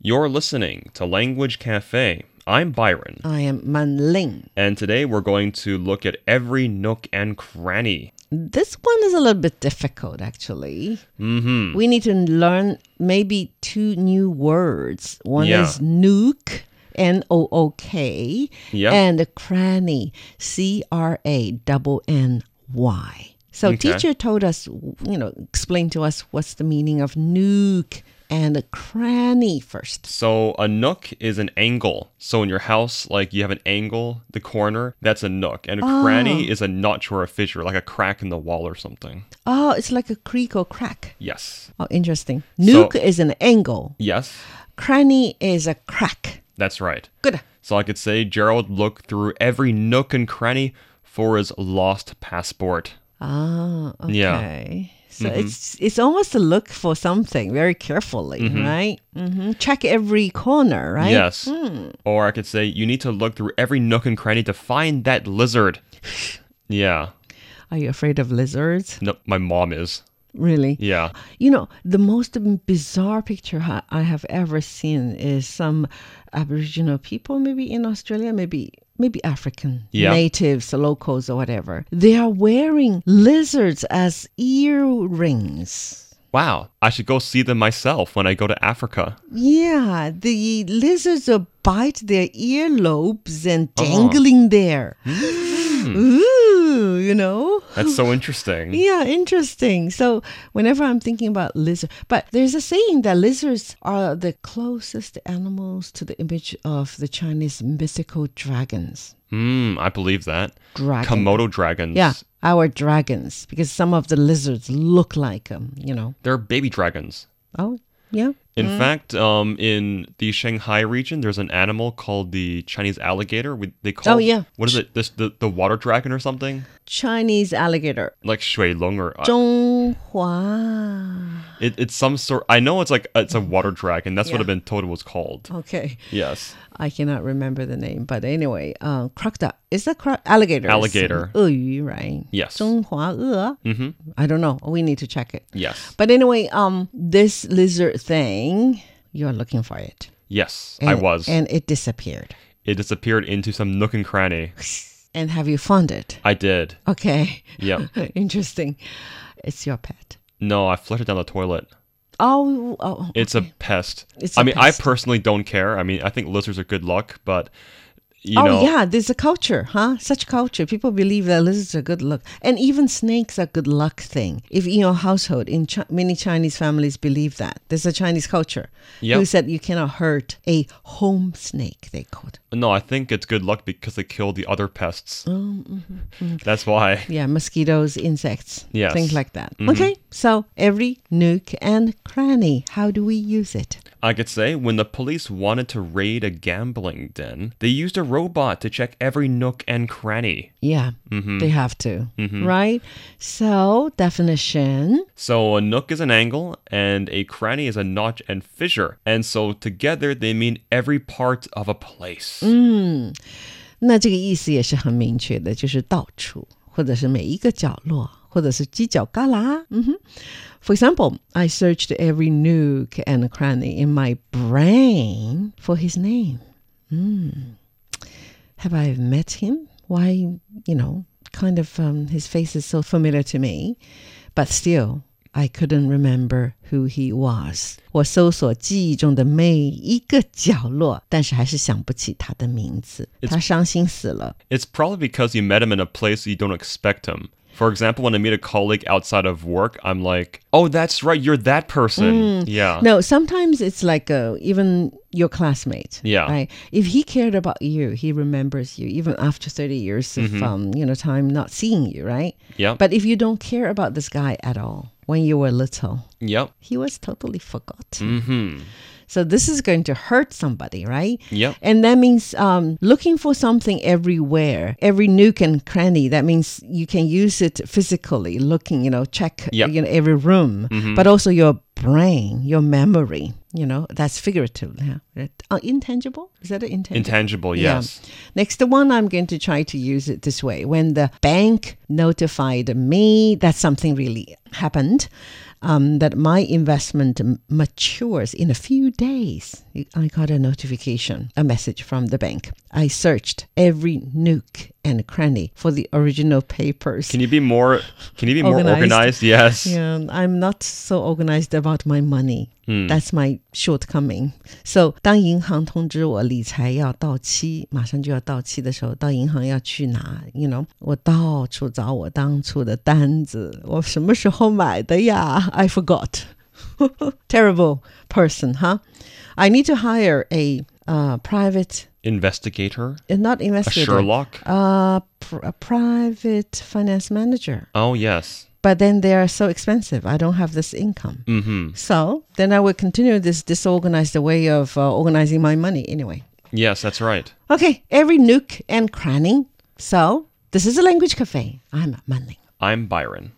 You're listening to Language Cafe. I'm Byron, I am Manling. and today we're going to look at every nook and cranny. This one is a little bit difficult, actually. hmm We need to learn maybe two new words. One Yeah. is nuke, N O O K, Yep. and cranny, C R A double N Y. So, Okay. teacher told us, you know, explain to us what's the meaning of nuke and cranny first. So a nook is an angle. So in your house, like you have an angle, the corner, that's a nook. And a cranny is a notch or a fissure, like a crack in the wall or something. Oh, it's like a creak or crack. Yes. Oh, interesting. So- Nuke is an angle. Yes. Cranny is a crack. That's right. Good. So I could say Gerald looked through every nook and cranny for his lost passport. Ah, okay. Yeah. Mm-hmm. So it's it's almost to look for something very carefully, Mm-hmm. right? hmm Check every corner, right? Yes. hmm. Or I could say you need to look through every nook and cranny to find that lizard. yeah. Are you afraid of lizards? No, my mom is. Really? Yeah. You know, the most bizarre picture ha- I have ever seen is some Aboriginal people, maybe in Australia, maybe maybe African Yeah. natives, locals, or whatever. They are wearing lizards as earrings. Wow. I should go see them myself when I go to Africa. Yeah, the lizards will bite their earlobes and dangling there. Ooh, you know? That's so interesting. Yeah, interesting. So, whenever I'm thinking about lizard, but there's a saying that lizards are the closest animals to the image of the Chinese mythical dragons. Hmm, I believe that. Dragon. Komodo dragons. yeah, our dragons, because some of the lizards look like them, you know. They're baby dragons. Oh, yeah. In fact, um, in the Shanghai region, there's an animal called the Chinese alligator. We- They call Oh, yeah. What is it? This the, the water dragon or something? Chinese alligator. Like shui lung or uh, Zhonghua. it, it's some sort. I know it's like it's a water dragon. That's what I've been told it was called. Okay. Yes. I cannot remember the name, but anyway, uh, crocodile. Is that cro- alligator? Alligator. Mm-hmm. 鳄鱼, right? Yes. 中华鳄? I don't know. We need to check it. Yes. But anyway, um, this lizard thing, you're looking for it. Yes. I And- was. And it disappeared. it disappeared into some nook and cranny. And have you found it? I did. Okay. Yep. Interesting. It's your pet. No, I flushed it down the toilet. Oh, oh It's a pest. It's I a mean, pest. I personally don't care. I mean, I think lizards are good luck, but you oh know, yeah, there's a culture, huh? Such culture. People believe that lizards are good luck, and even snakes are good luck thing. If in your household, in Chi- many Chinese families believe that there's a Chinese culture Yep. who said you cannot hurt a home snake. They called. no, I think it's good luck because they kill the other pests. Um, mm-hmm, That's why. Yeah, mosquitoes, insects, Yes. Mm-hmm. things like that. Okay, so every nook and cranny, how do we use it? I could say when the police wanted to raid a gambling den, they used a robot to check every nook and cranny. Yeah, Mm-hmm. they have to, right? So definition. So a nook is an angle and a cranny is a notch and fissure. And so together they mean every part of a place. Mm. 那这个意思也是很明确的，就是到处，或者是每一个角落，或者是犄角旮旯。嗯哼。For example, I searched every nook and cranny in my brain for his name. Hmm. Have I met him? Why, you know, kind of um, his face is so familiar to me, but still. I couldn't remember who he was。我搜索记忆中的每一个角落，但是还是想不起他的名字。他伤心死了。 It's probably because you met him in a place you don't expect him. For example, when I meet a colleague outside of work, I'm like, oh, that's right, you're that person. Yeah. Mm. No, sometimes it's like uh, even your classmate. Yeah. Right? If he cared about you, he remembers you even after 30 years of um, you know time not seeing you, right? Yep. But if you don't care about this guy at all when you were little, yep. he was totally forgotten. So this is going to hurt somebody, right? Mm-hmm. Yep. And that means um, looking for something everywhere, every nook and cranny. That means you can use it physically, looking, you know, check Yep. Mm-hmm. you know, every room, but also your brain, your memory. You know, that's figurative. Yeah. Right. Uh, intangible? Is that an intangible? Intangible, yes. Yeah. Next one, I'm going to try to use it this way. When the bank notified me that something really happened, um, that my investment m- matures in a few days. I got a notification, a message from the bank. I searched every nook and cranny for the original papers. Can you be more? Can you be more Organized. organized? Yes. Yeah, I'm not so organized about my money. Hmm. That's my shortcoming. So 当银行通知我理财要到期，马上就要到期的时候，到银行要去拿，you know，我到处找我当初的单子，我什么时候买的呀？I forgot. Terrible person, huh? I need to hire a uh, private, Investigator, uh, not a investigator, Sherlock. uh, pr- a private finance manager. Oh yes. But then they are so expensive. I don't have this income. Mm-hmm. So then I will continue this disorganized way of uh, organizing my money anyway. Yes, that's right. Okay, every nook and cranny. So this is a language cafe. I'm Manling. I'm Byron.